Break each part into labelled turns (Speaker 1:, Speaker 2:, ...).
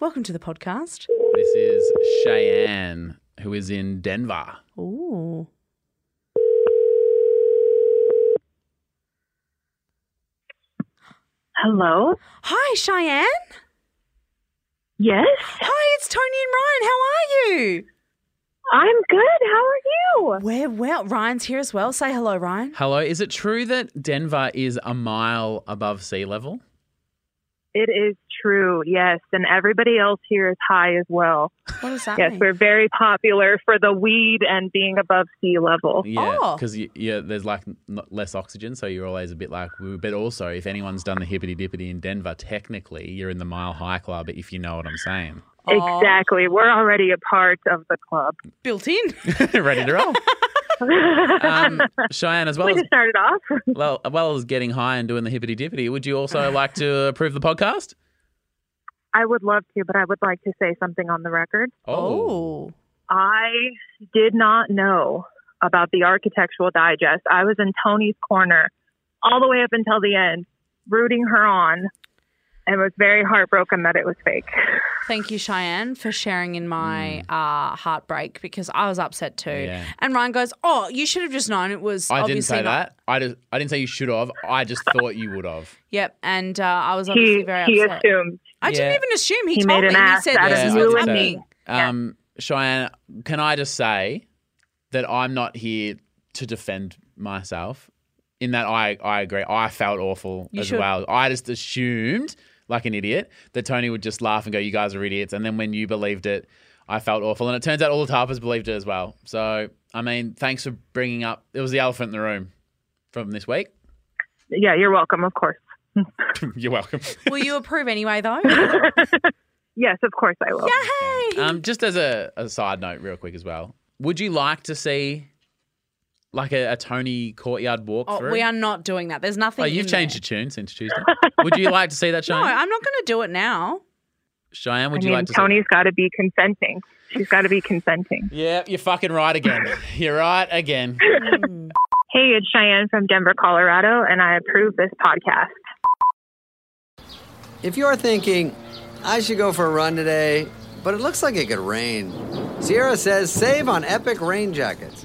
Speaker 1: Welcome to the podcast.
Speaker 2: This is Cheyenne, who is in Denver.
Speaker 1: Ooh.
Speaker 3: Hello.
Speaker 1: Hi, Cheyenne.
Speaker 3: Yes,
Speaker 1: Hi, it's Tony and Ryan.
Speaker 3: I'm good. How are you?
Speaker 1: How are you? We're well. Ryan's here as well. Say hello, Ryan.
Speaker 2: Hello. Is it true that Denver is a mile above sea level?
Speaker 3: It is true. Yes, and everybody else here is high as well.
Speaker 1: What does that
Speaker 3: Yes,
Speaker 1: mean?
Speaker 3: we're very popular for the weed and being above sea level.
Speaker 2: Yeah,
Speaker 1: Oh.
Speaker 2: because yeah, there's like n- less oxygen, so you're always a bit like. "Woo." But also, if anyone's done the hippity dippity in Denver, technically you're in the mile high club, if you know what I'm saying.
Speaker 1: Aw,
Speaker 3: Exactly. We're already a part of the club.
Speaker 1: Built in.
Speaker 2: Ready to roll,
Speaker 3: Uh,
Speaker 2: um, Cheyenne. As well
Speaker 3: we
Speaker 2: as
Speaker 3: just started off.
Speaker 2: well, well as getting high and doing the hippity dippity, would you also like to approve the podcast?
Speaker 3: I would love to, but I would like to say something on the record.
Speaker 1: Oh.
Speaker 3: I did not know about the architectural digest. I was in Tony's corner all the way up until the end, rooting her on, and was very heartbroken that it was fake.
Speaker 1: Thank you, Cheyenne, for sharing in my uh, heartbreak because I was upset too.
Speaker 2: Mm. Yeah.
Speaker 1: And Ryan goes, Oh, you should have just known it was
Speaker 2: I didn't
Speaker 1: obviously
Speaker 2: say
Speaker 1: not-
Speaker 2: that. I just I didn't say you should have. I just thought you would have.
Speaker 1: Yep. And uh, I was obviously
Speaker 3: He,
Speaker 1: very
Speaker 3: he
Speaker 1: upset.
Speaker 3: assumed.
Speaker 1: I didn't
Speaker 2: Yeah.
Speaker 1: even assume he,
Speaker 3: He
Speaker 1: told
Speaker 3: made an
Speaker 1: me.
Speaker 3: ass
Speaker 1: he said
Speaker 3: out
Speaker 1: this
Speaker 3: of
Speaker 1: is
Speaker 3: you
Speaker 1: what's
Speaker 3: and
Speaker 1: happening.
Speaker 3: me.
Speaker 2: Um, Cheyenne, can I just say that I'm not here to defend myself in that I, I agree. I felt awful
Speaker 1: You
Speaker 2: as
Speaker 1: should.
Speaker 2: well. I just assumed, like an idiot, that Tony would just laugh and go, You guys are idiots. And then when you believed it, I felt awful. And it turns out all the Tarpers believed it as well. So, I mean, thanks for bringing up. It was the elephant in the room from this week.
Speaker 3: Yeah, you're welcome, of course.
Speaker 2: You're welcome.
Speaker 1: Will you approve anyway, though?
Speaker 3: Yes, of course I will.
Speaker 1: Yay!
Speaker 2: Um, just as a, a side note, real quick as well, would you like to see like a, a Tony Courtyard walk
Speaker 1: Oh,
Speaker 2: through?
Speaker 1: we are not doing that. There's nothing.
Speaker 2: oh, you've
Speaker 1: in
Speaker 2: changed
Speaker 1: there.
Speaker 2: your tune since Tuesday. would you like to see that,
Speaker 1: No,
Speaker 2: Cheyenne?
Speaker 1: I'm not going to do it now.
Speaker 2: Cheyenne,
Speaker 3: I
Speaker 2: would you
Speaker 3: mean,
Speaker 2: like to see
Speaker 3: Tony's got to be consenting. She's got to be consenting.
Speaker 2: that? Yeah, you're fucking right again. You're right again.
Speaker 1: Mm.
Speaker 3: Hey, it's Cheyenne from Denver, Colorado, and I approve this podcast.
Speaker 4: If you're thinking, I should go for a run today, but it looks like it could rain, Sierra says save on epic rain jackets.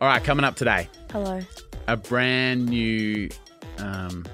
Speaker 2: All right, coming up today,
Speaker 1: Hello.
Speaker 2: a brand new um,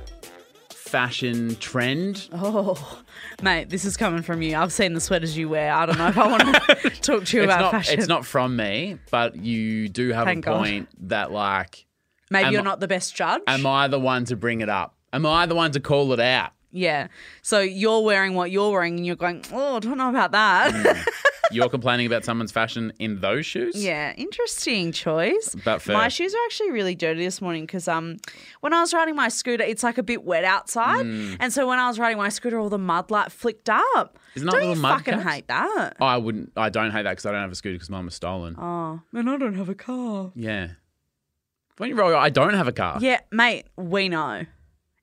Speaker 2: fashion trend.
Speaker 1: Oh, mate, this is coming from you. I've seen the sweaters you wear. I don't know if I want to talk to you
Speaker 2: It's
Speaker 1: about
Speaker 2: not,
Speaker 1: fashion.
Speaker 2: it's not from me, but you do have
Speaker 1: Thank
Speaker 2: a
Speaker 1: God.
Speaker 2: point that like,
Speaker 1: Maybe
Speaker 2: am
Speaker 1: you're
Speaker 2: I-
Speaker 1: not the best judge.
Speaker 2: am I the one to bring it up? Am I the one to call it out?
Speaker 1: yeah. So you're wearing what you're wearing, and you're going, oh, I don't know about that.
Speaker 2: Mm. You're complaining about someone's fashion in those shoes?
Speaker 1: yeah, interesting choice.
Speaker 2: But fair.
Speaker 1: My shoes are actually really dirty this morning because um, when I was riding my scooter, it's like a bit wet outside,
Speaker 2: Mm.
Speaker 1: and so when I was riding my scooter, all the mud like flicked up.
Speaker 2: Isn't that
Speaker 1: don't
Speaker 2: little
Speaker 1: you
Speaker 2: mud
Speaker 1: fucking
Speaker 2: cups?
Speaker 1: hate that?
Speaker 2: Oh, I wouldn't. I don't hate that because I don't have a scooter because mine was stolen.
Speaker 1: Oh, and I don't have a car.
Speaker 2: Yeah. When you roll, your- I don't have a car.
Speaker 1: Yeah, mate, we know.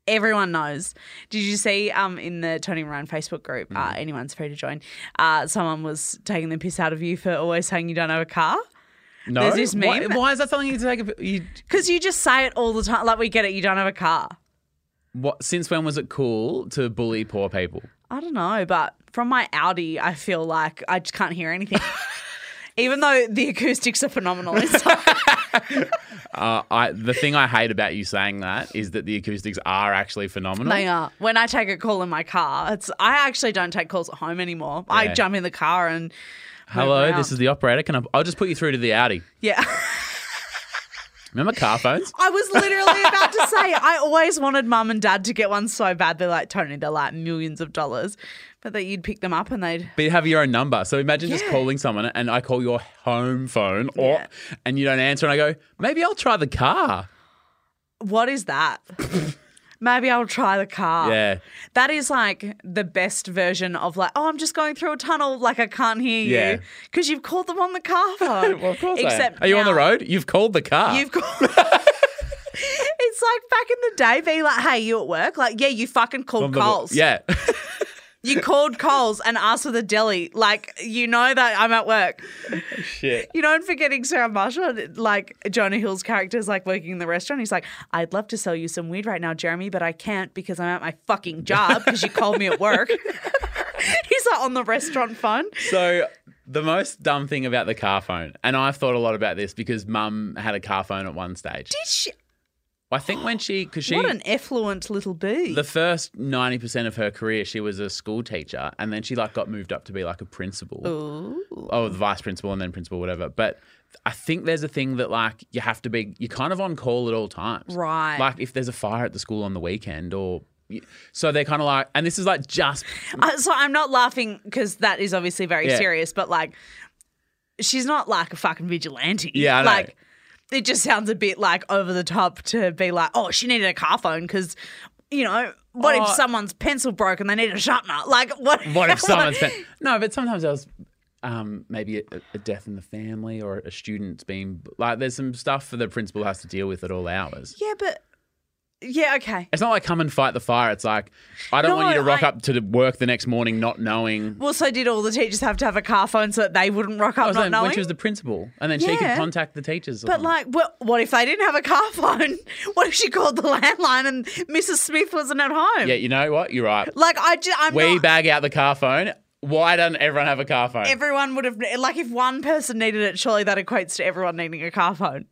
Speaker 1: Everyone knows. Did you see um in the Tony and Ryan Facebook group?
Speaker 2: Mm.
Speaker 1: Uh, anyone's free to join. Uh, someone was taking the piss out of you for always saying you don't have a car
Speaker 2: No.
Speaker 1: There's this
Speaker 2: Why,
Speaker 1: meme-
Speaker 2: why is that something you take? A, you,
Speaker 1: because you just say it all the time. Like we get it, you don't have a car.
Speaker 2: what? Since when was it cool to bully poor people?
Speaker 1: I don't know, but from my Audi, I feel like I just can't hear anything. Even though the acoustics are phenomenal, it's like,
Speaker 2: Uh, I the thing I hate about you saying that is that the acoustics are actually phenomenal.
Speaker 1: they are. When I take a call in my car, it's I actually don't take calls at home anymore. I
Speaker 2: Yeah.
Speaker 1: jump in the car and
Speaker 2: Hello,
Speaker 1: Around.
Speaker 2: this is the operator. Can I? I'll just put you through to the Audi.
Speaker 1: yeah.
Speaker 2: Remember car phones?
Speaker 1: I was literally about to say I always wanted mum and dad to get one so bad. They're like Tony, they're like millions of dollars, but that you'd pick them up and they'd
Speaker 2: But you have your own number. So imagine just
Speaker 1: Yeah.
Speaker 2: calling someone and I call your home phone or,
Speaker 1: Yeah.
Speaker 2: and you don't answer and I go, maybe I'll try the car.
Speaker 1: what is that? Maybe I'll try the car.
Speaker 2: Yeah.
Speaker 1: That is like the best version of like, oh, I'm just going through a tunnel, like I can't hear
Speaker 2: Yeah.
Speaker 1: you. Because you've called them on the car phone.
Speaker 2: Well, of course. I am.
Speaker 1: Except
Speaker 2: Are you on
Speaker 1: now
Speaker 2: the road? You've called the car.
Speaker 1: You've called. it's like back in the day, being like, hey, you at work? Like, yeah, you fucking
Speaker 2: On
Speaker 1: called
Speaker 2: the-
Speaker 1: Coles.
Speaker 2: Yeah.
Speaker 1: You called Coles and asked for the deli. Like, you know that I'm at work.
Speaker 2: Shit.
Speaker 1: You know, and forgetting Sarah Marshall, like Jonah Hill's character is like working in the restaurant. He's like, I'd love to sell you some weed right now, Jeremy, but I can't because I'm at my fucking job because you called me at work. He's like on the restaurant phone.
Speaker 2: So the most dumb thing about the car phone, and I've thought a lot about this because Mum had a car phone at one stage.
Speaker 1: Did she?
Speaker 2: I think when she, because she,
Speaker 1: What an effluent little bee.
Speaker 2: the first ninety percent of her career, she was a school teacher, and then she like got moved up to be like a principal.
Speaker 1: Ooh.
Speaker 2: oh, the vice principal and then principal, whatever. But I think there's a thing that like you have to be, you're kind of on call at all times,
Speaker 1: Right.
Speaker 2: Like if there's a fire at the school on the weekend, or so they're kind of like, and this is like just
Speaker 1: Uh, so I'm not laughing because that is obviously very
Speaker 2: Yeah.
Speaker 1: serious, but like, she's not like a fucking vigilante.
Speaker 2: Yeah, I know.
Speaker 1: like it just sounds a bit like over the top to be like, oh, she needed a car phone because, you know, what if
Speaker 2: Oh.
Speaker 1: someone's pencil broke and they need a sharpener? Like, what?
Speaker 2: what if someone's been- no, but sometimes there's um, maybe a, a death in the family or a student's been like, there's some stuff that the principal has to deal with at all hours.
Speaker 1: yeah, but yeah, okay.
Speaker 2: It's not like come and fight the fire. It's like I don't want you to
Speaker 1: No,
Speaker 2: rock
Speaker 1: I-
Speaker 2: up to the work the next morning not knowing.
Speaker 1: Well, so did all the teachers have to have a car phone so that they wouldn't rock
Speaker 2: I
Speaker 1: up
Speaker 2: was
Speaker 1: not
Speaker 2: like,
Speaker 1: knowing?
Speaker 2: when she was the principal, and then she could
Speaker 1: Yeah.
Speaker 2: contact the teachers. or
Speaker 1: But
Speaker 2: something.
Speaker 1: like, what, what if they didn't have a car phone? What if she called the landline and Mrs. Smith wasn't at home?
Speaker 2: yeah, you know what? You're right.
Speaker 1: Like I just, I'm
Speaker 2: We
Speaker 1: not.
Speaker 2: bag out the car phone. Why doesn't everyone have a car phone?
Speaker 1: everyone would have like if one person needed it, surely that equates to everyone needing a car phone.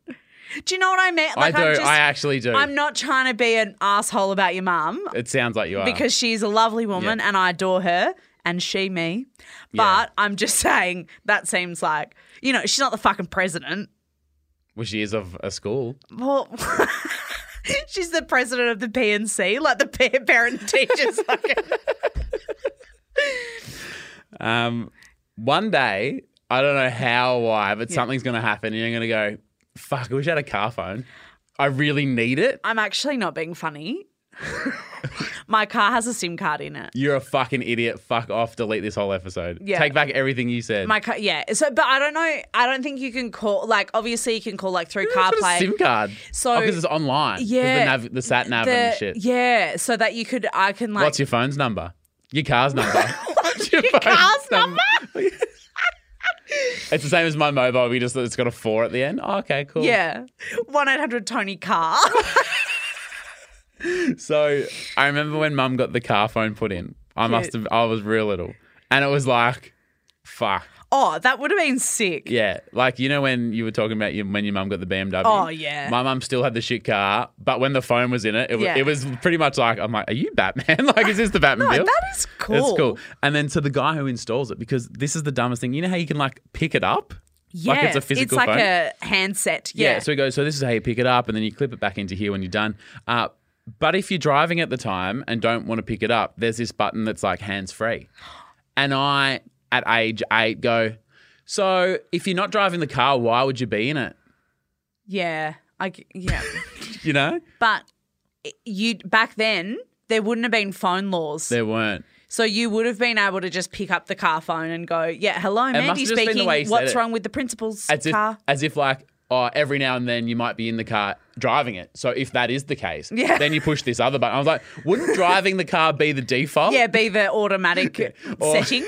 Speaker 1: Do you know what I mean?
Speaker 2: I
Speaker 1: Like,
Speaker 2: do.
Speaker 1: I'm just,
Speaker 2: I actually do.
Speaker 1: I'm not trying to be an asshole about your mum
Speaker 2: it sounds like you are.
Speaker 1: because she's a lovely woman
Speaker 2: Uh-huh. Yeah.
Speaker 1: and I adore her and she me. But
Speaker 2: Yeah.
Speaker 1: I'm just saying that seems like you know she's not the fucking president.
Speaker 2: well, she is of a school.
Speaker 1: Well. She's the president of the PNC, like the pa- parent and teachers. fucking-
Speaker 2: Um, one day, I don't know how or why, but something's going to happen, and you're going to go, "Fuck! I wish I had a car phone. I really need it."
Speaker 1: I'm actually not being funny. My car has a SIM card in it.
Speaker 2: You're a fucking idiot. Fuck off. Delete this whole episode.
Speaker 1: Yeah.
Speaker 2: Take back everything you said.
Speaker 1: My car, yeah. So, but I don't know. I don't think you can call. Like, obviously, you can call like through
Speaker 2: Put a
Speaker 1: CarPlay.
Speaker 2: SIM card.
Speaker 1: So-
Speaker 2: because it's online. 'Cause The,
Speaker 1: Yeah.
Speaker 2: nav- the sat nav
Speaker 1: The-
Speaker 2: and shit.
Speaker 1: Yeah, so that you could. I can like.
Speaker 2: What's your phone's number? Your car's number. What's your,
Speaker 1: car's
Speaker 2: number? it's the same as my mobile. We just it's got a four at the end. Oh, okay, cool.
Speaker 1: yeah, one eight hundred Tony Car.
Speaker 2: So I remember when Mum got the car phone put in. I must have. I was real little, and it was like, fuck.
Speaker 1: oh, that would have been sick.
Speaker 2: Yeah, like you know when you were talking about your, when your mum got the BMW.
Speaker 1: Oh, yeah.
Speaker 2: my mum still had the shit car, but when the phone was in it, it, wa-
Speaker 1: Yeah.
Speaker 2: it was pretty much like I'm like, are you Batman? like, is this the Batman?
Speaker 1: Oh,
Speaker 2: deal?
Speaker 1: that is cool.
Speaker 2: It's cool. And then to the guy who installs it, because this is the dumbest thing. You know how you can like pick it up?
Speaker 1: Yeah,
Speaker 2: Like it's a physical
Speaker 1: like
Speaker 2: phone.
Speaker 1: a handset.
Speaker 2: yeah.
Speaker 1: Yeah.
Speaker 2: So he goes, so this is how you pick it up, and then you clip it back into here when you're done. Uh, but if you're driving at the time and don't want to pick it up, there's this button that's like hands free. And I, at age eight, go, so if you're not driving the car, why would you be in it?
Speaker 1: yeah, I g yeah,
Speaker 2: You know?
Speaker 1: but i- you back then there wouldn't have been phone laws,
Speaker 2: There weren't.
Speaker 1: so you would have been able to just pick up the car phone and go, yeah, hello,
Speaker 2: must
Speaker 1: Mandy
Speaker 2: have just been the
Speaker 1: speaking.
Speaker 2: way he said
Speaker 1: What's
Speaker 2: it.
Speaker 1: wrong with the principal's
Speaker 2: As if,
Speaker 1: car?
Speaker 2: as if like, oh, every now and then you might be in the car driving it. So if that is the case,
Speaker 1: Yeah.
Speaker 2: then you push this other button. I was like, wouldn't driving the car be the default?
Speaker 1: yeah, be the automatic
Speaker 2: Or-
Speaker 1: setting.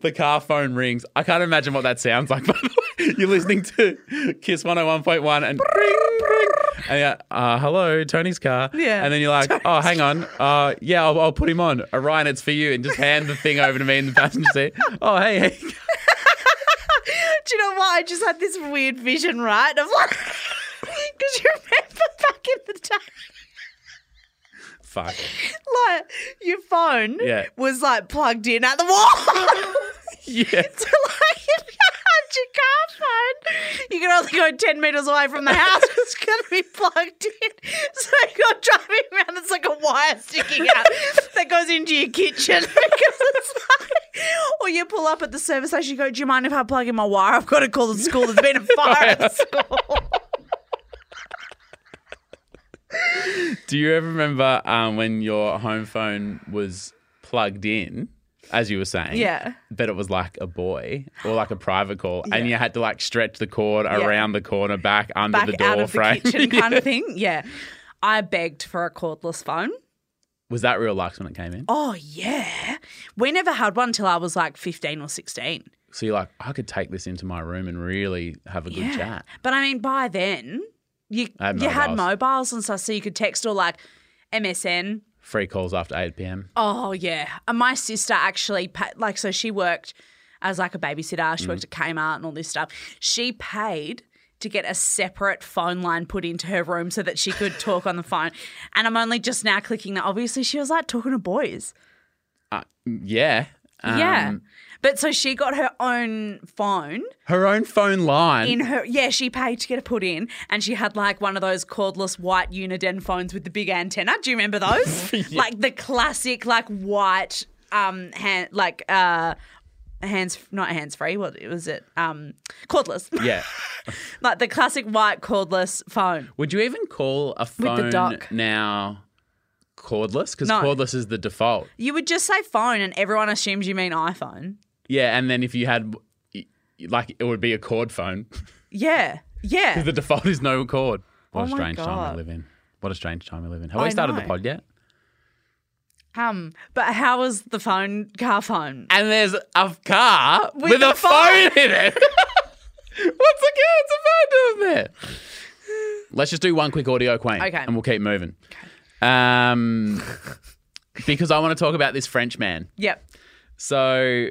Speaker 2: the car phone rings. I can't imagine what that sounds like. By the way, you're listening to Kiss 101.1 and ring, ring. And you're like, uh, hello, Tony's car.
Speaker 1: Yeah.
Speaker 2: And then you're like, oh, hang on. Uh, yeah, I'll, I'll put him on. Uh, Ryan, it's for you. And just hand the thing over to me in the passenger seat. Oh, hey, hey.
Speaker 1: Do you know what? I just had this weird vision, right? Of like, because you remember back in the day,
Speaker 2: Fuck.
Speaker 1: like your phone
Speaker 2: Yeah.
Speaker 1: was like plugged in at the wall.
Speaker 2: Yeah.
Speaker 1: So like if you had your car phone, you could only go ten meters away from the house. It's gonna be plugged in. So you're driving around. It's like a wire sticking out that goes into your kitchen because it's like. Or you pull up at the service station. You go, "Do you mind if I plug in my wire? I've got to call the school. There's been a fire at school."
Speaker 2: Do you ever remember um, when your home phone was plugged in, as you were saying?
Speaker 1: Yeah.
Speaker 2: But it was like a boy or like a private call, and you had to like stretch the cord around the corner, back under
Speaker 1: Back
Speaker 2: the door
Speaker 1: out of
Speaker 2: frame.
Speaker 1: the kitchen kind of thing. Yeah. I begged for a cordless phone.
Speaker 2: was that real likes when it came in?
Speaker 1: Oh, yeah. We never had one till I was like 15 or 16.
Speaker 2: So you're like, I could take this into my room and really have a good
Speaker 1: yeah.
Speaker 2: chat.
Speaker 1: But I mean, by then, you,
Speaker 2: I had
Speaker 1: you had
Speaker 2: mobiles.
Speaker 1: mobiles and stuff, so you could text or like MSN.
Speaker 2: Free calls after 8 p.m.
Speaker 1: Oh yeah, and my sister actually pa- like so she worked as like a babysitter. She
Speaker 2: Mm.
Speaker 1: worked at Kmart and all this stuff. She paid to get a separate phone line put into her room so that she could talk on the phone. And I'm only just now clicking that. Obviously, she was like talking to boys.
Speaker 2: Uh, yeah. Um,
Speaker 1: yeah, but so she got her own phone
Speaker 2: Her own phone line.
Speaker 1: in her. Yeah, she paid to get it put in, and she had like one of those cordless white Uniden phones with the big antenna. Do you remember those? Like the classic, like white, um, hand, like uh, hands, not hands free. What was it? Um, cordless.
Speaker 2: yeah.
Speaker 1: like the classic white cordless phone.
Speaker 2: Would you even call a
Speaker 1: the
Speaker 2: phone
Speaker 1: dock.
Speaker 2: now cordless? Because
Speaker 1: No.
Speaker 2: cordless is the default.
Speaker 1: You would just say phone, and everyone assumes you mean iPhone.
Speaker 2: Yeah, and then if you had, y- y- like, it would be a cord phone.
Speaker 1: Yeah, yeah.
Speaker 2: the default is no cord. What
Speaker 1: Oh
Speaker 2: a
Speaker 1: my
Speaker 2: strange time
Speaker 1: God.
Speaker 2: we live in. What a strange time we live in. Have
Speaker 1: I
Speaker 2: we started
Speaker 1: know.
Speaker 2: the pod yet?
Speaker 1: um, but how was the phone car phone?
Speaker 2: And there's a car with,
Speaker 1: a
Speaker 2: a phone in it. What's the car? It's a phone doing there. Let's just do one quick audio quaint.
Speaker 1: Okay.
Speaker 2: And we'll keep moving. Um, because I want to talk about this French man.
Speaker 1: Yep.
Speaker 2: So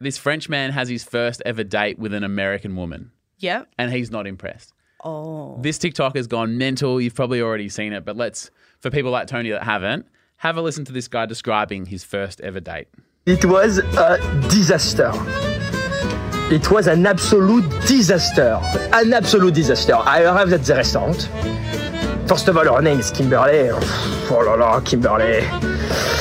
Speaker 2: this French man has his first ever date with an American woman
Speaker 1: Yep.
Speaker 2: and he's not impressed.
Speaker 1: Oh.
Speaker 2: This TikTok has gone mental. You've probably already seen it, but let's for people like Tony that haven't, have a listen to this guy describing his first ever date.
Speaker 5: It was a disaster. It was an absolute disaster. An absolute disaster. I arrived at the restaurant. First of all, her name is Kimberly. Oh la la, Kimberly.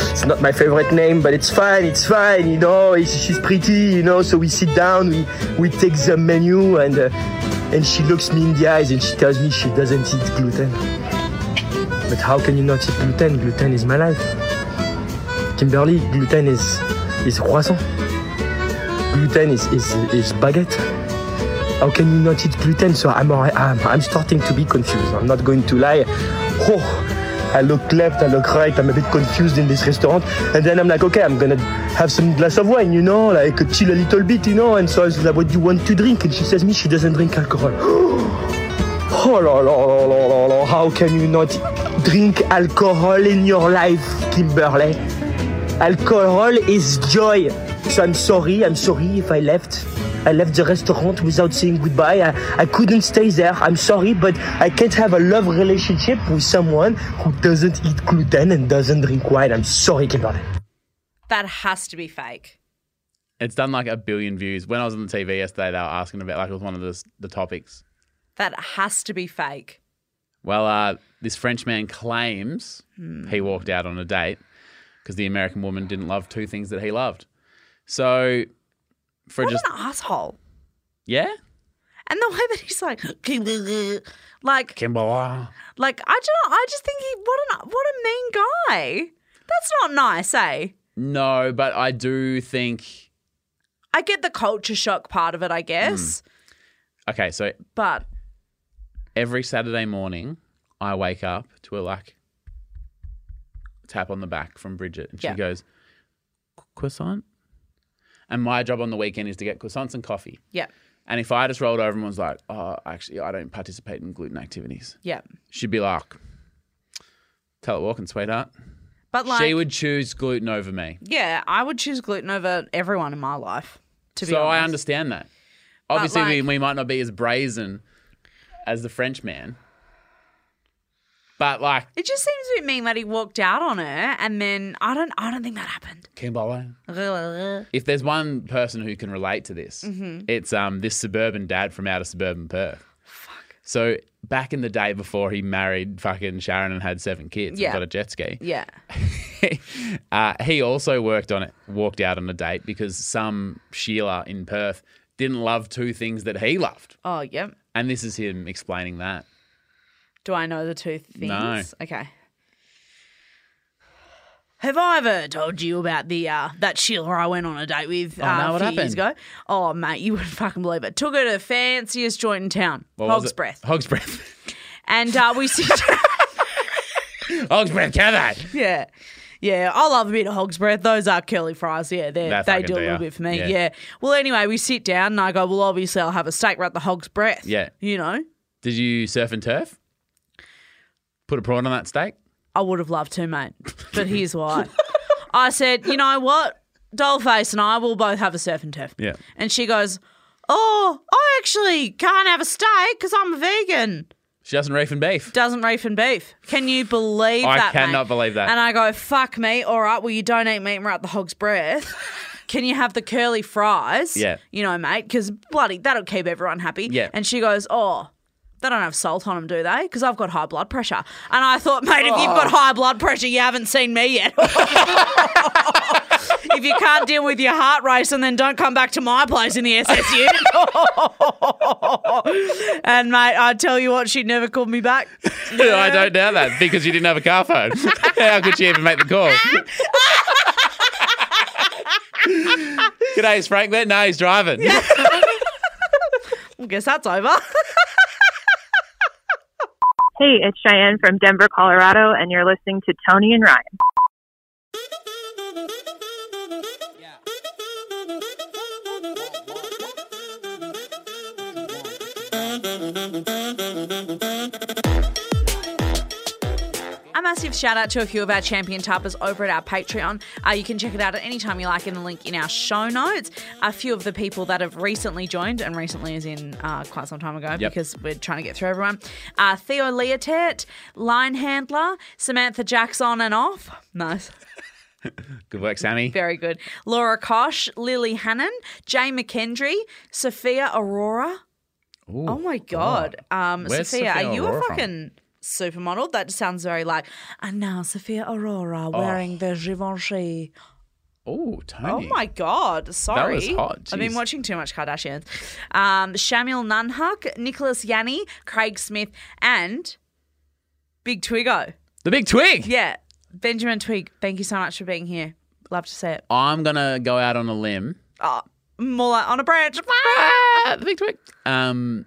Speaker 5: It's not my favorite name, but it's fine, it's fine, you know. it's- She's pretty, you know. So we sit down, we, we take the menu, and, uh, and she looks me in the eyes and she tells me she doesn't eat gluten. But how can you not eat gluten? Gluten is my life. Kimberly, gluten is is croissant. Gluten is is, is baguette. How can you not eat gluten? So I'm, alri- I'm I'm starting to be confused. I'm not going to lie. Oh, I look left, I look right. I'm a bit confused in this restaurant. And then I'm like, okay, I'm gonna have some glass of wine, you know, like chill a little bit, you know. And so I was like, what do you want to drink? And she says me she doesn't drink alcohol. Oh la la la la la la! How can you not drink alcohol in your life, Kimberly? Alcohol is joy. So I'm sorry, I'm sorry if I left. I left the restaurant without saying goodbye. I, I couldn't stay there. I'm sorry, but I can't have a love relationship with someone who doesn't eat gluten and doesn't drink wine. I'm sorry, Kimberly.
Speaker 1: That has to be fake.
Speaker 2: It's done like a billion views. When I was on the TV yesterday, they were asking about like it was one of the, the topics.
Speaker 1: That has to be fake.
Speaker 2: Well, uh, this French man claims
Speaker 1: Hmm.
Speaker 2: he walked out on a date because the American woman didn't love two things that he loved. So for
Speaker 1: What
Speaker 2: just
Speaker 1: an asshole.
Speaker 2: yeah,
Speaker 1: And the way that he's like, like,
Speaker 2: Kimberly.
Speaker 1: like, I don't, I just think he, what an, what a mean guy. That's not nice, eh?
Speaker 2: No, but I do think
Speaker 1: I get the culture shock part of it, I
Speaker 2: Mm.
Speaker 1: guess,
Speaker 2: okay. So
Speaker 1: but
Speaker 2: every Saturday morning, I wake up to a like tap on the back from Bridget, and she
Speaker 1: Yeah.
Speaker 2: goes, "Croissant." And my job on the weekend is to get croissants and coffee.
Speaker 1: yeah,
Speaker 2: And if I just rolled over and was like, "Oh, actually, I don't participate in gluten activities,"
Speaker 1: yeah.
Speaker 2: she'd be like, "Tell it walking, sweetheart."
Speaker 1: But like,
Speaker 2: she would choose gluten over me,
Speaker 1: yeah, I would choose gluten over everyone in my life. To be
Speaker 2: so I
Speaker 1: honest,
Speaker 2: understand that. Obviously, we,
Speaker 1: like-
Speaker 2: we might not be as brazen as the French man, but like
Speaker 1: it just seems a bit mean that he walked out on her, and then I don't, I don't think that happened.
Speaker 2: Kimberly. If there's one person who can relate to this,
Speaker 1: Mm-hmm.
Speaker 2: it's um this suburban dad from out of suburban Perth. Fuck. So back in the day before he married fucking Sharon and had seven kids
Speaker 1: Yeah.
Speaker 2: and got a jet ski,
Speaker 1: Yeah,
Speaker 2: uh, he also worked on it, walked out on a date because some Sheila in Perth didn't love two things that he loved,
Speaker 1: oh yeah,
Speaker 2: and this is him explaining that.
Speaker 1: Do I know the two things?
Speaker 2: No.
Speaker 1: Okay. Have I ever told you about the uh, that Sheila I went on a date with uh,
Speaker 2: no,
Speaker 1: a
Speaker 2: what
Speaker 1: few years ago?
Speaker 2: happened?
Speaker 1: Oh, mate, you wouldn't fucking believe it. Took her to the fanciest joint in town,
Speaker 2: What was
Speaker 1: Hog's
Speaker 2: it?
Speaker 1: Breath,
Speaker 2: Hog's breath.
Speaker 1: and uh, we sit.
Speaker 2: Hog's breath. Can that?
Speaker 1: Yeah. Yeah, I love a bit of hog's breath. Those are curly fries. Yeah, they
Speaker 2: They
Speaker 1: they
Speaker 2: fucking
Speaker 1: do a
Speaker 2: do,
Speaker 1: little
Speaker 2: yeah.
Speaker 1: bit for me. Yeah.
Speaker 2: Yeah.
Speaker 1: Well, anyway, we sit down and I go, well, obviously I'll have a steak. We're at the hog's breath.
Speaker 2: Yeah.
Speaker 1: You know,
Speaker 2: Did you surf and turf? Put a prawn on that steak.
Speaker 1: I would have loved to, mate. But here's why. I said, you know what? Dollface and I will both have a surf and turf.
Speaker 2: Yeah.
Speaker 1: And she goes, oh, I actually can't have a steak because I'm a vegan.
Speaker 2: She doesn't reef and beef.
Speaker 1: doesn't reef and beef. Can you believe
Speaker 2: I
Speaker 1: that? mate?
Speaker 2: cannot believe that.
Speaker 1: And I go, fuck me. All right, well, you don't eat meat and we're at the hog's breath. Can you have the curly fries?
Speaker 2: Yeah.
Speaker 1: You know, mate, because bloody, that'll keep everyone happy.
Speaker 2: Yeah.
Speaker 1: And she goes, oh, they don't have salt on them, do they? Because I've got high blood pressure. And I thought, mate, if you've got high blood pressure, you haven't seen me yet. if you can't deal with your heart racing, then don't come back to my place in the SSU. and mate, I tell you what, she never called me back.
Speaker 2: I don't doubt that because you didn't have a car phone. How could she even make the call? G'day, is Frank there? No, he's driving.
Speaker 1: I guess that's over.
Speaker 3: Hey, it's Cheyenne from Denver, Colorado, and you're listening to Tony and Ryan.
Speaker 1: a massive shout out to a few of our champion tappers over at our Patreon. Uh, you can check it out at any time you like in the link in our show notes. A few of the people that have recently joined, and recently is in uh, quite some time ago
Speaker 2: Yep.
Speaker 1: because we're trying to get through everyone. Uh, Theo Leotet, Line Handler, Samantha Jacks on and off. Nice.
Speaker 2: Good work, Sammy.
Speaker 1: Very good. Laura Kosh, Lily Hannon, Jay McKendry, Sophia Aurora. oh my God. Um,
Speaker 2: Where's
Speaker 1: Sophia,
Speaker 2: Sophia
Speaker 1: are you
Speaker 2: Aurora
Speaker 1: a
Speaker 2: from?
Speaker 1: fucking supermodel? That sounds very like. And now Sophia Aurora wearing the Givenchy.
Speaker 2: Oh,
Speaker 1: Oh
Speaker 2: Tony.
Speaker 1: my God. Sorry.
Speaker 2: hot.
Speaker 1: I've been
Speaker 2: Jeez.
Speaker 1: watching too much Kardashians. Um, Shamil Nunhuck, Nicholas Yanni, Craig Smith, and Big Twiggo.
Speaker 2: The big twig.
Speaker 1: Yeah. Benjamin Twig, thank you so much for being here. Love to see it.
Speaker 2: I'm gonna go out on a limb.
Speaker 1: Oh, more like on a branch.
Speaker 2: Ah, the big twig. Um,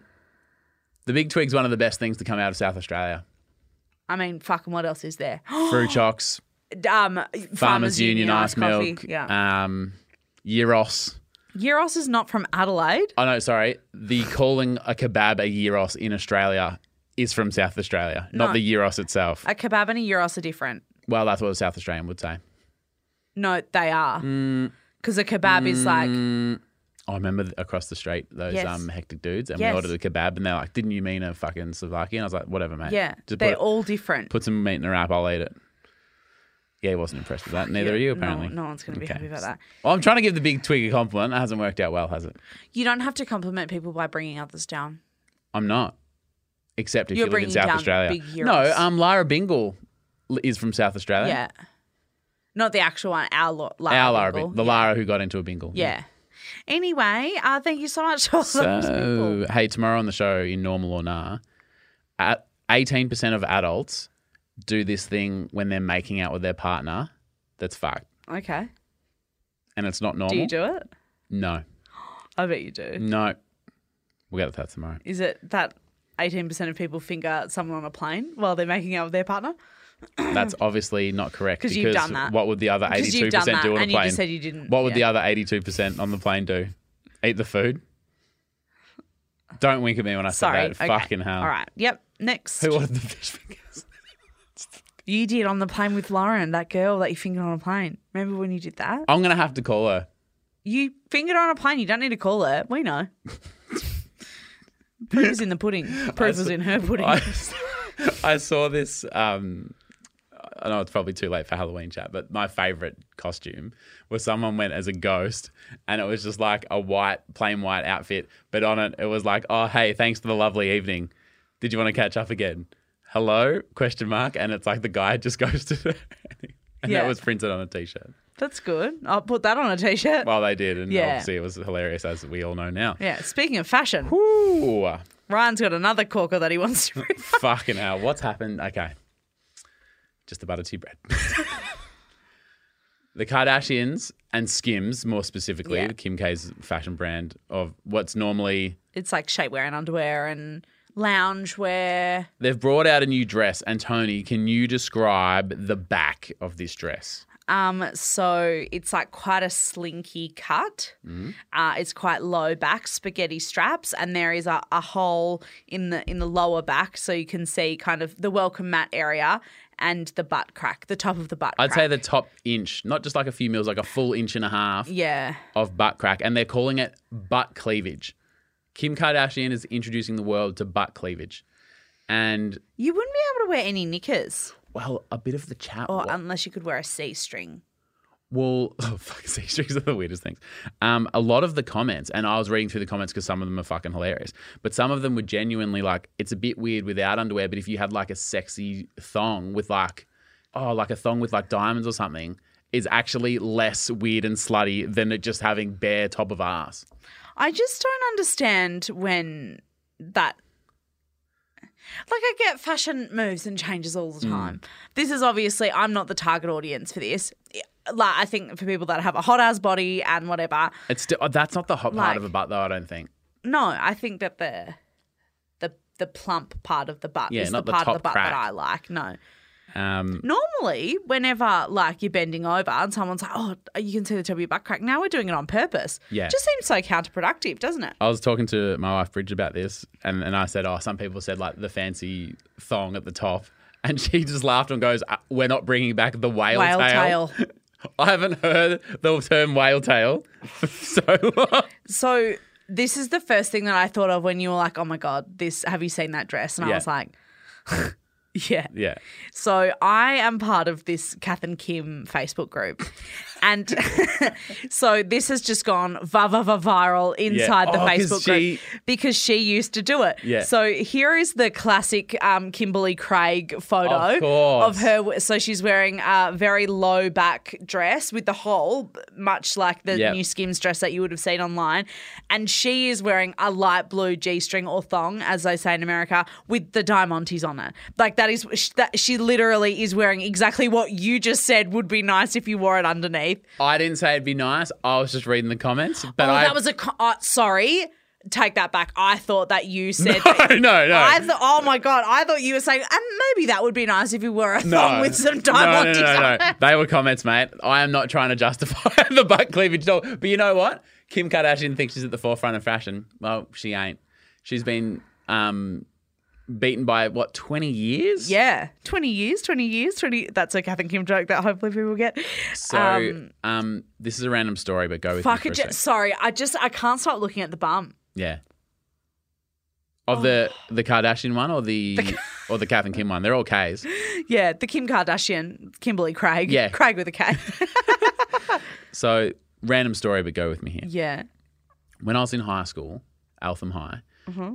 Speaker 2: the big twig's one of the best things to come out of South Australia.
Speaker 1: I mean, fucking what else is there?
Speaker 2: Fruit chocks,
Speaker 1: Um, Farmers,
Speaker 2: Farmers Union, ice
Speaker 1: coffee.
Speaker 2: milk,
Speaker 1: Yeah.
Speaker 2: um, Euros.
Speaker 1: Euros is not from Adelaide.
Speaker 2: Oh no, sorry. The calling a kebab a Euros in Australia is from South Australia,
Speaker 1: No.
Speaker 2: not the Euros itself.
Speaker 1: A kebab and a Euros are different.
Speaker 2: Well, that's what a South Australian would say.
Speaker 1: No, they are.
Speaker 2: Mm.
Speaker 1: Because a kebab is like,
Speaker 2: I remember th- across the street those
Speaker 1: Yes.
Speaker 2: um, hectic dudes, and
Speaker 1: Yes.
Speaker 2: we ordered a kebab, and they're like, "Didn't you mean a fucking Slovakia?" And I was like, "Whatever, mate.
Speaker 1: yeah,
Speaker 2: Just
Speaker 1: they're
Speaker 2: put,
Speaker 1: all different.
Speaker 2: put some meat in a wrap. I'll eat it." Yeah, he wasn't impressed with that. Neither
Speaker 1: Yeah,
Speaker 2: are you,
Speaker 1: no-
Speaker 2: apparently.
Speaker 1: No, one's going to be
Speaker 2: Okay.
Speaker 1: happy about that.
Speaker 2: Well, I'm trying to give the big twig a compliment. That hasn't worked out well, has it?
Speaker 1: You don't have to compliment people by bringing others down.
Speaker 2: I'm not. Except if
Speaker 1: You're
Speaker 2: you live in
Speaker 1: bringing
Speaker 2: South
Speaker 1: down
Speaker 2: Australia.
Speaker 1: big Euros.
Speaker 2: no, um, Lara Bingle l- is from South Australia.
Speaker 1: Yeah. Not the actual one, our lo- Lara.
Speaker 2: Our Lara,
Speaker 1: Bingle.
Speaker 2: Bingle. the Lara who got into a bingle.
Speaker 1: Yeah. Anyway, uh, thank you so much to all those people.
Speaker 2: So, hey, tomorrow on the show in Normal or Nah, at- 18% of adults do this thing when they're making out with their partner that's fucked.
Speaker 1: Okay.
Speaker 2: And it's not normal.
Speaker 1: Do you do it?
Speaker 2: no,
Speaker 1: I bet you do.
Speaker 2: no. We'll get to that tomorrow.
Speaker 1: Is it that 18% of people finger someone on a plane while they're making out with their partner?
Speaker 2: That's obviously not correct
Speaker 1: 'Cause
Speaker 2: because
Speaker 1: you've done that.
Speaker 2: what would the other 82%
Speaker 1: Because you've done that
Speaker 2: do on a
Speaker 1: and
Speaker 2: plane?
Speaker 1: you just said you didn't.
Speaker 2: What would the other eighty-two percent on the plane do? Eat the food. Don't wink at me when I say
Speaker 1: Sorry.
Speaker 2: that.
Speaker 1: okay.
Speaker 2: Fucking hell.
Speaker 1: All right. Yep. Next.
Speaker 2: Who ordered the fish fingers?
Speaker 1: You did on the plane with Lauren, that girl that you fingered on a plane. Remember when you did that?
Speaker 2: I'm gonna have to call her.
Speaker 1: You fingered on a plane. You don't need to call her. We know. Proof is in the pudding. Proof was in her pudding.
Speaker 2: I, I saw this. Um, I know it's probably too late for Halloween chat, but my favorite costume was someone went as a ghost, and it was just like a white, plain white outfit, but on it it was like, "Oh, hey, thanks for the lovely evening. Did you want to catch up again? Hello?" Question mark, and it's like the guy just ghosted her, and
Speaker 1: Yeah.
Speaker 2: that was printed on a t-shirt.
Speaker 1: That's good. I'll put that on a t shirt.
Speaker 2: Well, they did, and
Speaker 1: Yeah.
Speaker 2: obviously it was hilarious, as we all know now.
Speaker 1: yeah. Speaking of fashion,
Speaker 2: Ooh,
Speaker 1: Ryan's got another corker that he wants to rip.
Speaker 2: Fucking hell. What's happened? Okay. Just the butter tea bread. the Kardashians and Skims, more specifically,
Speaker 1: Yeah.
Speaker 2: Kim K's fashion brand of what's normally
Speaker 1: It's like shapewear and underwear and loungewear.
Speaker 2: they've brought out a new dress. And Tony, can you describe the back of this dress?
Speaker 1: Um, so it's like quite a slinky cut.
Speaker 2: Mm-hmm.
Speaker 1: Uh, it's quite low back, spaghetti straps, and there is a, a hole in the in the lower back, so you can see kind of the welcome mat area and the butt crack, the top of the butt.
Speaker 2: I'd
Speaker 1: crack.
Speaker 2: say the top inch, not just like a few mils, like a full inch and a half
Speaker 1: yeah,
Speaker 2: of butt crack. And they're calling it butt cleavage. Kim Kardashian is introducing the world to butt cleavage. And,
Speaker 1: you wouldn't be able to wear any knickers,
Speaker 2: well, a bit of the chat.
Speaker 1: or
Speaker 2: wa-
Speaker 1: unless you could wear a C string.
Speaker 2: Well, oh, fuck, C strings are the weirdest things. Um, a lot of the comments, and I was reading through the comments because some of them are fucking hilarious, but some of them were genuinely like, it's a bit weird without underwear, but if you had like a sexy thong with like, oh, like a thong with like diamonds or something, is actually less weird and slutty than it just having bare top of ass.
Speaker 1: I just don't understand when that. Like, I get fashion moves and changes all
Speaker 2: Hmm.
Speaker 1: the time. This is obviously, I'm not the target audience for this. Like, I think for people that have a hot ass body and whatever.
Speaker 2: It's still, oh, that's not the hot part of a
Speaker 1: Like-
Speaker 2: butt though, I don't think.
Speaker 1: No, I think that the. The, the plump part of the butt
Speaker 2: Yeah,
Speaker 1: is
Speaker 2: not
Speaker 1: the
Speaker 2: the
Speaker 1: part of the
Speaker 2: top
Speaker 1: butt
Speaker 2: crack.
Speaker 1: that I like. No,
Speaker 2: Um,
Speaker 1: normally whenever like you're bending over and someone's like, "Oh, you can see the top of your butt crack," now we're doing it on purpose.
Speaker 2: Yeah.
Speaker 1: just seems so counterproductive, doesn't it?
Speaker 2: I was talking to my wife Bridget about this, and, and I said, "Oh, some people said like the fancy thong at the top," and she just laughed and goes, "Uh, "We're not bringing back the whale,
Speaker 1: Whale
Speaker 2: tail.
Speaker 1: tail.
Speaker 2: I haven't heard the term whale tail, so long.
Speaker 1: So this is the first thing that I thought of when you were like, "Oh my god, this! Have you seen that dress?" And
Speaker 2: Yeah.
Speaker 1: I was like, "Yeah."
Speaker 2: yeah,
Speaker 1: So I am part of this Kath and Kim Facebook group, and so this has just gone va va va viral inside
Speaker 2: Oh,
Speaker 1: the
Speaker 2: 'cause
Speaker 1: Facebook
Speaker 2: she-
Speaker 1: group because she used to do it.
Speaker 2: Yeah.
Speaker 1: So here is the classic um, Kimberly Craig photo
Speaker 2: Of course.
Speaker 1: of her. So she's wearing a very low back dress with the hole, much like the
Speaker 2: Yep.
Speaker 1: new Skims dress that you would have seen online, and she is wearing a light blue g string or thong, as they say in America, with the diamantes on it. Like that is sh- that she literally is wearing exactly what you just said would be nice if you wore it underneath.
Speaker 2: I didn't say it'd be nice. I was just reading the comments, but
Speaker 1: oh,
Speaker 2: I
Speaker 1: that was a co- uh, sorry. Take that back. I thought that you said.
Speaker 2: no, no, no.
Speaker 1: I thought, oh my god! I thought you were saying, and maybe that would be nice if you wore a thong with some diamantes
Speaker 2: No, no,
Speaker 1: on
Speaker 2: no,
Speaker 1: it.
Speaker 2: no. They were comments, mate. I am not trying to justify the butt cleavage at all. But you know what? Kim Kardashian thinks she's at the forefront of fashion. Well, she ain't. She's been um, beaten by what twenty years?
Speaker 1: Yeah, twenty years, twenty years, twenty. That's a Kath and Kim joke that hopefully people get.
Speaker 2: So um, this is a random story, but go with
Speaker 1: Fuck
Speaker 2: me
Speaker 1: it.
Speaker 2: for a
Speaker 1: ju-
Speaker 2: sec.
Speaker 1: Sorry, I just I can't stop looking at the bum.
Speaker 2: Yeah. Of the
Speaker 1: Oh.
Speaker 2: the Kardashian one or the, or the Kath and Kim one, they're all K's.
Speaker 1: Yeah, the Kim Kardashian, Kimberly Craig.
Speaker 2: Yeah.
Speaker 1: Craig with a K.
Speaker 2: So random story, but go with me here.
Speaker 1: yeah.
Speaker 2: When I was in high school, Altham High,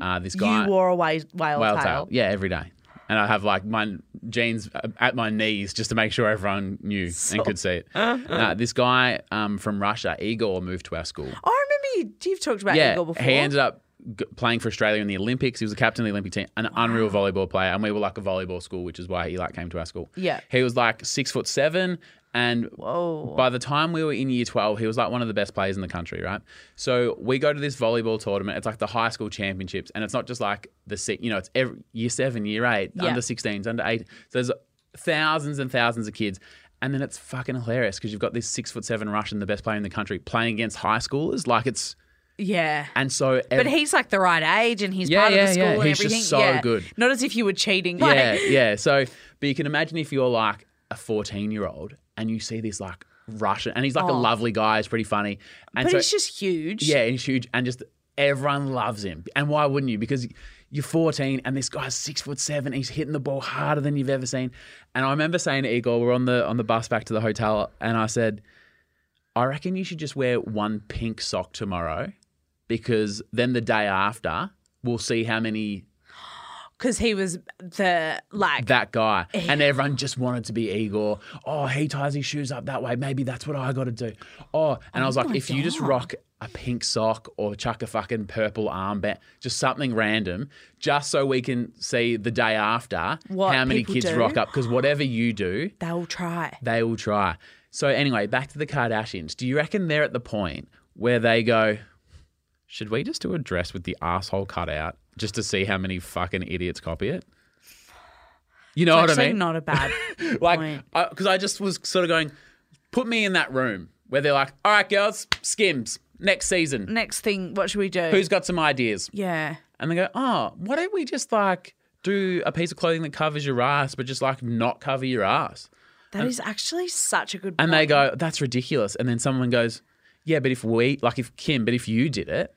Speaker 2: uh, this guy
Speaker 1: Mm-hmm. You wore a whale, whale,
Speaker 2: whale
Speaker 1: tail.
Speaker 2: tail. Yeah, every day. And I have like my jeans at my knees just to make sure everyone knew and could see it. Uh, this guy um, from Russia, Igor, moved to our school.
Speaker 1: Oh, I remember you, you've talked about
Speaker 2: yeah,
Speaker 1: Eagle before.
Speaker 2: he ended up g- playing for Australia in the Olympics. He was a captain of the Olympic team, an unreal volleyball player, and we were like a volleyball school, which is why he like came to our school.
Speaker 1: Yeah.
Speaker 2: he was like six foot seven, and
Speaker 1: Whoa.
Speaker 2: by the time we were in year 12, he was like one of the best players in the country, right? So we go to this volleyball tournament. It's like the high school championships. And it's not just like the, se- you know, it's every, year seven, year eight,
Speaker 1: Yeah.
Speaker 2: under 16s, under eight. So there's thousands and thousands of kids. And then it's fucking hilarious because you've got this six foot seven Russian, the best player in the country, playing against high schoolers. Like it's,
Speaker 1: Yeah.
Speaker 2: and so.
Speaker 1: But
Speaker 2: ev-
Speaker 1: he's like the right age and he's
Speaker 2: Yeah,
Speaker 1: part
Speaker 2: yeah,
Speaker 1: of the school
Speaker 2: yeah.
Speaker 1: and
Speaker 2: He's just
Speaker 1: everything.
Speaker 2: so
Speaker 1: yeah.
Speaker 2: good.
Speaker 1: Not as if you were cheating. Like,
Speaker 2: Yeah, yeah. So, but you can imagine if you're like a 14 year old and you see this like Russian, and he's like a
Speaker 1: Oh.
Speaker 2: lovely guy, he's pretty funny. And
Speaker 1: But
Speaker 2: so
Speaker 1: he's just huge.
Speaker 2: Yeah, and he's huge, and just everyone loves him. And why wouldn't you? Because you're 14, and this guy's six foot seven. He's hitting the ball harder than you've ever seen. And I remember saying to Igor, we're on the on the bus back to the hotel, and I said, I reckon you should just wear one pink sock tomorrow, because then the day after we'll see how many
Speaker 1: Because he was the, like,
Speaker 2: that guy. And everyone just wanted to be Igor. Oh, he ties his shoes up that way. Maybe that's what I got to do. Oh, and I was like,
Speaker 1: my
Speaker 2: if you just
Speaker 1: God.
Speaker 2: rock a a pink sock or chuck a fucking purple armband, just something random, just so we can see the day after
Speaker 1: What
Speaker 2: how many
Speaker 1: people
Speaker 2: kids
Speaker 1: do.
Speaker 2: rock up. Because whatever you do,
Speaker 1: They'll try.
Speaker 2: they will try. So anyway, back to the Kardashians. Do you reckon they're at the point where they go, should we just do a dress with the asshole cut out just to see how many fucking idiots copy it? You know
Speaker 1: It's
Speaker 2: what I
Speaker 1: actually
Speaker 2: mean?
Speaker 1: not a bad.
Speaker 2: like,
Speaker 1: point.
Speaker 2: because I, just was sort of going, put me in that room where they're like, all right, girls, Skims next season.
Speaker 1: Next thing, what should we do?
Speaker 2: Who's got some ideas?
Speaker 1: yeah.
Speaker 2: And they go, oh, why don't we just like do a piece of clothing that covers your ass, but just like not cover your ass?
Speaker 1: That is actually such a good
Speaker 2: And they go, that's ridiculous. And then someone goes, yeah, but if we, like if Kim, but if you did it,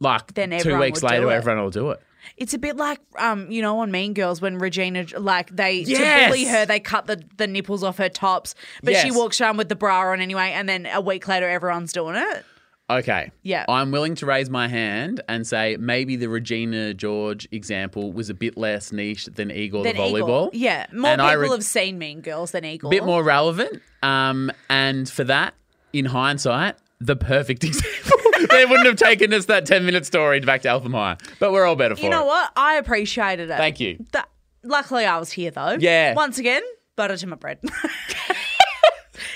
Speaker 2: like
Speaker 1: Then
Speaker 2: two
Speaker 1: everyone
Speaker 2: weeks
Speaker 1: would do
Speaker 2: later,
Speaker 1: it.
Speaker 2: everyone will do it.
Speaker 1: It's a bit like, um, you know, on Mean Girls when Regina, like, they
Speaker 2: Yes!
Speaker 1: to bully her, they cut the, the nipples off her tops, but she
Speaker 2: Yes.
Speaker 1: walks around with the bra on anyway, and then a week later, everyone's doing it.
Speaker 2: Okay.
Speaker 1: Yeah.
Speaker 2: I'm willing to raise my hand and say maybe the Regina George example was a bit less niche than Igor
Speaker 1: Then
Speaker 2: the volleyball.
Speaker 1: Eagle. Yeah, more
Speaker 2: And I
Speaker 1: people
Speaker 2: re-
Speaker 1: have seen Mean Girls than Eagle.
Speaker 2: bit more relevant. Um, and for that, in hindsight, the perfect example. they wouldn't have taken us that 10 minute story back to Eltham High, but we're all better for
Speaker 1: You know
Speaker 2: it.
Speaker 1: what? I appreciated it.
Speaker 2: Thank you.
Speaker 1: That, luckily, I was here though.
Speaker 2: Yeah.
Speaker 1: Once again, butter to my bread.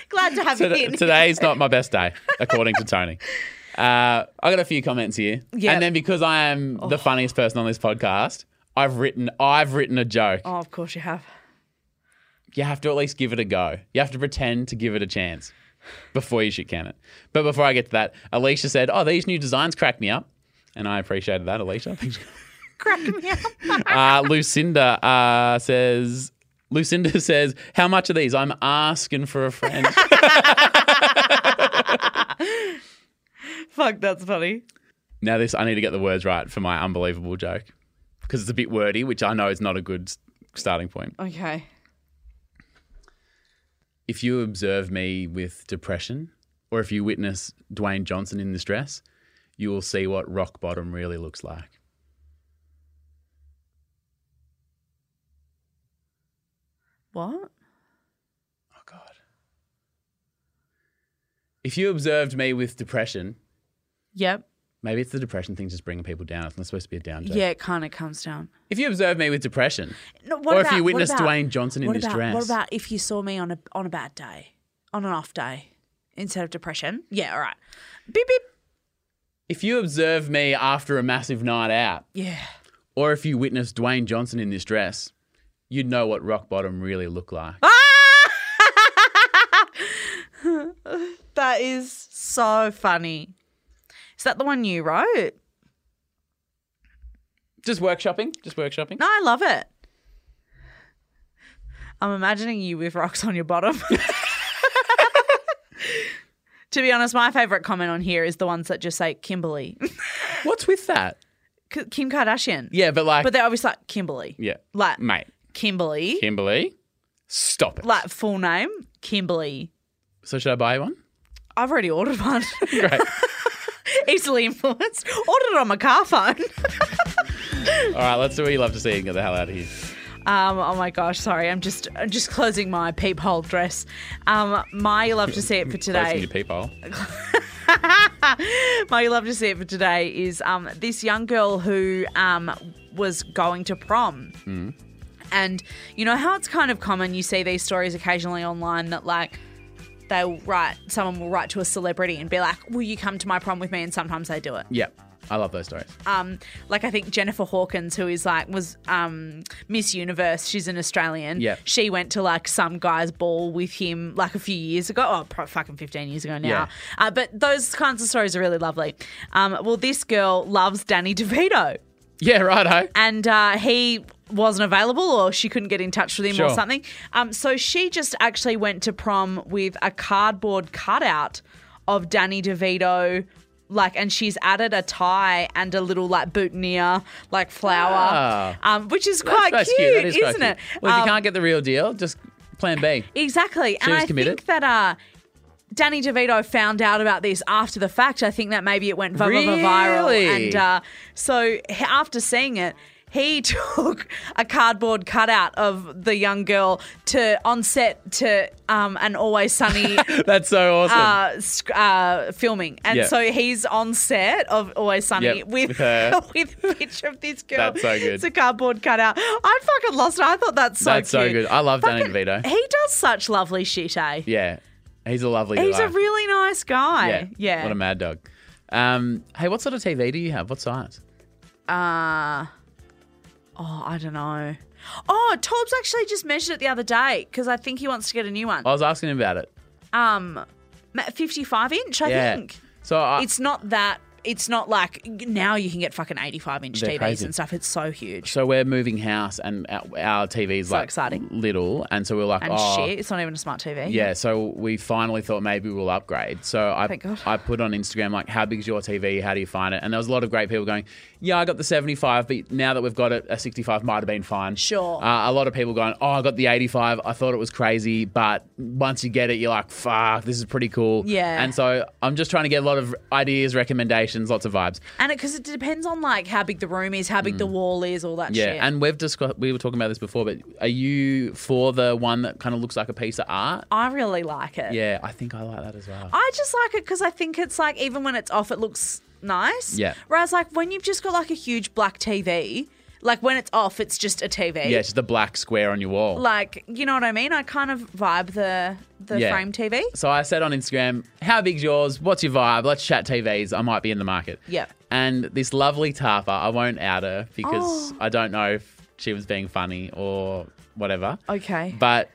Speaker 1: Glad to have you
Speaker 2: Today,
Speaker 1: in.
Speaker 2: today's not my best day, according to Tony. Uh, I got a few comments here,
Speaker 1: Yep.
Speaker 2: and then because I am the funniest person on this podcast, I've written I've written a joke.
Speaker 1: Oh, of course you have.
Speaker 2: you have to at least give it a go. You have to pretend to give it a chance before you shit can it. But before I get to that, Alicia said, "Oh, these new designs crack me up," and I appreciated that, Alicia. Thanks.
Speaker 1: Crack me up.
Speaker 2: uh, Lucinda uh, says, "Lucinda says, how much are these? I'm asking for a friend."
Speaker 1: Fuck, that's funny.
Speaker 2: now this, I need to get the words right for my unbelievable joke because it's a bit wordy, which I know is not a good s- starting point.
Speaker 1: Okay.
Speaker 2: if you observe me with depression or if you witness Dwayne Johnson in this dress, you will see what rock bottom really looks like.
Speaker 1: What?
Speaker 2: Oh, God. If you observed me with depression,
Speaker 1: Yep.
Speaker 2: maybe it's the depression thing just bringing people down. It's not supposed to be a down joke.
Speaker 1: Yeah, it kind of comes down.
Speaker 2: If you observe me with depression,
Speaker 1: No, what
Speaker 2: Or if
Speaker 1: about,
Speaker 2: you
Speaker 1: what
Speaker 2: witnessed
Speaker 1: about-
Speaker 2: Dwayne Johnson in
Speaker 1: what
Speaker 2: this
Speaker 1: about-
Speaker 2: dress.
Speaker 1: What about if you saw me on a on a bad day, on an off day, instead of depression? Yeah, all right. Beep beep.
Speaker 2: if you observe me after a massive night out,
Speaker 1: Yeah.
Speaker 2: or if you witnessed Dwayne Johnson in this dress, you'd know what rock bottom really looked like.
Speaker 1: Ah! that is so funny. Is that the one you wrote?
Speaker 2: Just workshopping, just workshopping.
Speaker 1: No, I love it. I'm imagining you with rocks on your bottom. to be honest, my favorite comment on here is the ones that just say Kimberly,
Speaker 2: What's with that?
Speaker 1: K- Kim Kardashian.
Speaker 2: Yeah, but like,
Speaker 1: But they're obviously like Kimberly.
Speaker 2: yeah,
Speaker 1: Like
Speaker 2: mate.
Speaker 1: Kimberly.
Speaker 2: Kimberly, stop it.
Speaker 1: Like full name, Kimberly.
Speaker 2: so should I buy one?
Speaker 1: I've already ordered one.
Speaker 2: Great.
Speaker 1: Easily influenced. Ordered it on my car phone.
Speaker 2: All right, let's do what you love to see and get the hell out of here.
Speaker 1: Um, oh my gosh, sorry. I'm just I'm just closing my peephole dress. Um, my you love to see it for
Speaker 2: Closing
Speaker 1: today.
Speaker 2: your peephole.
Speaker 1: Uh, My you love to see it for today is um, this young girl who um, was going to prom. And you know how it's kind of common you see these stories occasionally online that like they'll write someone will write to a celebrity and be like, "Will you come to my prom with me?" And sometimes they do it.
Speaker 2: Yeah, I love those stories.
Speaker 1: um, like I think Jennifer Hawkins, who is like was um, Miss Universe, she's an Australian.
Speaker 2: Yeah.
Speaker 1: she went to like some guy's ball with him like a few years ago. Oh, pro- fucking fifteen years ago now.
Speaker 2: Yeah.
Speaker 1: Uh, but those kinds of stories are really lovely. Um, well, this girl loves Danny DeVito,
Speaker 2: Yeah, righto.
Speaker 1: and uh, he wasn't available or she couldn't get in touch with him
Speaker 2: Sure.
Speaker 1: or something. Um, so she just actually went to prom with a cardboard cutout of Danny DeVito. Like and she's added a tie and a little like boutonniere like flower, um, which is quite
Speaker 2: Ah. That's
Speaker 1: cute,
Speaker 2: That is quite
Speaker 1: isn't it?
Speaker 2: cute. Well, if
Speaker 1: Um,
Speaker 2: you can't get the real deal, just plan B.
Speaker 1: Exactly. and
Speaker 2: was
Speaker 1: I
Speaker 2: committed.
Speaker 1: think that uh, Danny DeVito found out about this after the fact. I think that maybe it went vi- vi- vi- viral.
Speaker 2: Really?
Speaker 1: And uh, so h- after seeing it, he took a cardboard cutout of the young girl to on set to um, an Always Sunny
Speaker 2: That's so awesome.
Speaker 1: uh, sc- uh, filming, and
Speaker 2: Yeah.
Speaker 1: so he's on set of Always Sunny
Speaker 2: Yep,
Speaker 1: with
Speaker 2: with her.
Speaker 1: with a picture of this girl.
Speaker 2: That's so good.
Speaker 1: It's a cardboard cutout. I fucking lost it. I thought that's so
Speaker 2: That's so
Speaker 1: cute.
Speaker 2: good. I love Danny
Speaker 1: Fucking-
Speaker 2: DeVito.
Speaker 1: He does such lovely shit, eh?
Speaker 2: yeah. He's a lovely
Speaker 1: He's
Speaker 2: guy.
Speaker 1: a really nice guy.
Speaker 2: yeah.
Speaker 1: yeah.
Speaker 2: What a mad dog. Um, hey, what sort of TV do you have? What size?
Speaker 1: Uh, oh, I don't know. Oh, Torb's actually just measured it the other day because I think he wants to get a new one.
Speaker 2: I was asking him about it.
Speaker 1: Um, ma- 55 inch, I
Speaker 2: yeah.
Speaker 1: think.
Speaker 2: So uh, I,
Speaker 1: It's not that. It's not like now you can get fucking 85 inch
Speaker 2: They're
Speaker 1: TVs
Speaker 2: crazy.
Speaker 1: and stuff. It's so huge.
Speaker 2: so we're moving house and our, our TV's
Speaker 1: So
Speaker 2: like
Speaker 1: exciting.
Speaker 2: little, and so we we're like,
Speaker 1: and
Speaker 2: oh,
Speaker 1: shit, it's not even a smart TV.
Speaker 2: Yeah, so we finally thought maybe we'll upgrade. So I
Speaker 1: Thank God.
Speaker 2: I put on Instagram like how big's your TV? How do you find it? And there was a lot of great people going, "Yeah, I got the 75, but now that we've got it, a 65 might have been fine."
Speaker 1: Sure.
Speaker 2: Uh, a lot of people going, "Oh, I got the 85. I thought it was crazy, but once you get it, you're like, "Fuck, this is pretty cool."
Speaker 1: Yeah.
Speaker 2: And so I'm just trying to get a lot of ideas, recommendations, lots of vibes.
Speaker 1: And because it, depends on like how big the room is, how big the wall is, all that
Speaker 2: Mm. Yeah,
Speaker 1: shit.
Speaker 2: and we've discussed we were talking about this before, but are you for the one that kind of looks like a piece of art?
Speaker 1: I really like it.
Speaker 2: Yeah, I think I like that as well.
Speaker 1: I just like it because I think it's like even when it's off, it looks nice.
Speaker 2: Yeah.
Speaker 1: Whereas like when you've just got like a huge black TV, like when it's off, it's just a TV.
Speaker 2: yeah, it's just a black square on your wall.
Speaker 1: Like you know what I mean? I kind of vibe the the
Speaker 2: Yeah.
Speaker 1: frame TV.
Speaker 2: So I said on Instagram, "How big's yours? What's your vibe? Let's chat TVs. I might be in the market."
Speaker 1: Yep.
Speaker 2: And this lovely Tapa, I won't out her because
Speaker 1: Oh.
Speaker 2: I don't know if she was being funny or whatever.
Speaker 1: Okay.
Speaker 2: But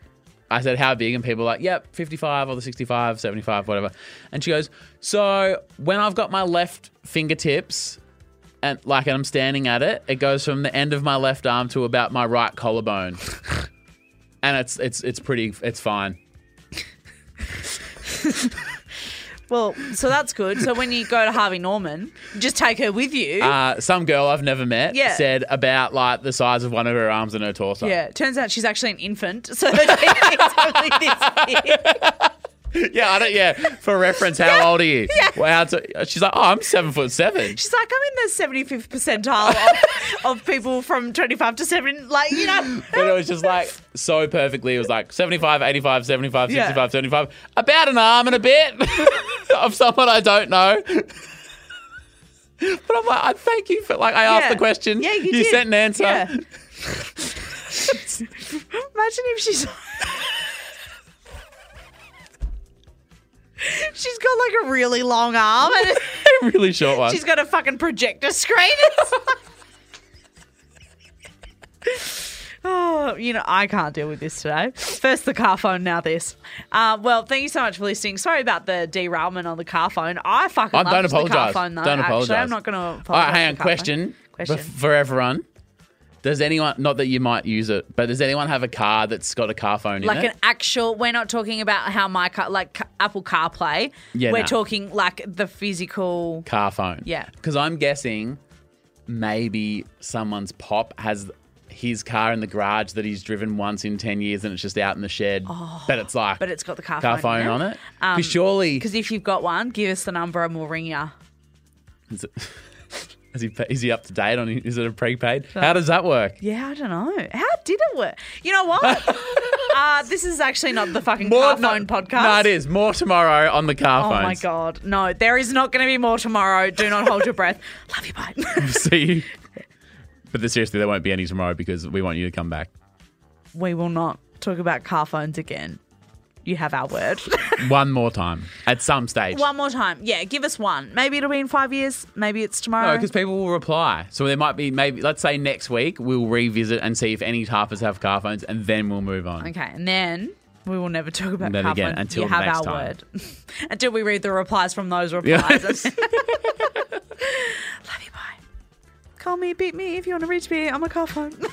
Speaker 2: I said, "How big?" And people were like, "Yep, 55 or the 65, 75, whatever." And she goes, "So when I've got my left fingertips." And like I'm standing at it, it goes from the end of my left arm to about my right collarbone, and it's it's it's pretty it's fine.
Speaker 1: well, so that's good. So when you go to Harvey Norman, just take her with you.
Speaker 2: uh, some girl I've never met
Speaker 1: Yeah.
Speaker 2: said about like the size of one of her arms and her torso.
Speaker 1: yeah. Turns out she's actually an infant, so the TV is only this big.
Speaker 2: yeah, I don't. Yeah, for reference, how old are you? Yeah. Wow, it's- she's like, oh, I'm seven foot seven.
Speaker 1: She's like, I'm in the 75th percentile of, of people from 25 to 7. Like, you know.
Speaker 2: But it was just like so perfectly. It was like 75, 85, 75,
Speaker 1: Yeah.
Speaker 2: 65, 75, about an arm and a bit of someone I don't know. But I'm like, I thank you for like I asked
Speaker 1: Yeah.
Speaker 2: the question.
Speaker 1: Yeah, you
Speaker 2: you
Speaker 1: did.
Speaker 2: sent an answer.
Speaker 1: Yeah. Imagine if she's. she's got like a really long arm and
Speaker 2: really short one.
Speaker 1: she's got a fucking projector screen. Oh, you know, I can't deal with this today. First the car phone, now this. Uh, well, thank you so much for listening. Sorry about the derailment on the car phone. I fucking
Speaker 2: I'm,
Speaker 1: love
Speaker 2: don't
Speaker 1: the car
Speaker 2: apologize.
Speaker 1: phone, though.
Speaker 2: don't
Speaker 1: Actually,
Speaker 2: apologize.
Speaker 1: I'm not going to apologize.
Speaker 2: All right, hang
Speaker 1: for
Speaker 2: on.
Speaker 1: the car phone.
Speaker 2: Question,
Speaker 1: Question.
Speaker 2: bef- for everyone. Does anyone, not that you might use it, but does anyone have a car that's got a car phone in
Speaker 1: like
Speaker 2: it?
Speaker 1: an actual we're not talking about how my car like ca- apple carplay
Speaker 2: Yeah,
Speaker 1: we're
Speaker 2: nah.
Speaker 1: talking like the physical
Speaker 2: car phone.
Speaker 1: Yeah.
Speaker 2: Because I'm guessing maybe someone's pop has his car in the garage that he's driven once in 10 years and it's just out in the shed. but it's like,
Speaker 1: Oh, but it's got the car,
Speaker 2: car phone
Speaker 1: in Um,
Speaker 2: on it. Because surely,
Speaker 1: because if you've got one give us the number and we'll ring you
Speaker 2: is, it- is he, pa- is he up to date on, is it a prepaid? How does that work?
Speaker 1: yeah i don't know how did it work you know what uh, this is actually not the fucking car
Speaker 2: no-
Speaker 1: phone podcast
Speaker 2: No, it is. More tomorrow on the car
Speaker 1: oh
Speaker 2: phones.
Speaker 1: my god no there is not going to be more tomorrow do not hold your breath love you bye
Speaker 2: See you. But the- seriously, there won't be any tomorrow because we want you to come back.
Speaker 1: we will not talk about car phones again you have our word
Speaker 2: One more time at some stage.
Speaker 1: One more time. Yeah, give us one. Maybe it'll be in five years. Maybe it's tomorrow.
Speaker 2: No, because people will reply. So there might be maybe, let's say next week, we'll revisit and see if any tarpers have car phones and then we'll move on.
Speaker 1: okay, and then we will never talk about
Speaker 2: Never
Speaker 1: car
Speaker 2: Mm. again,
Speaker 1: phones.
Speaker 2: until
Speaker 1: you have
Speaker 2: next
Speaker 1: our
Speaker 2: time.
Speaker 1: word. until we read the replies from those replies.
Speaker 2: Yeah.
Speaker 1: Love you, bye. Call me, beat me if you want to reach me. I'm a car phone.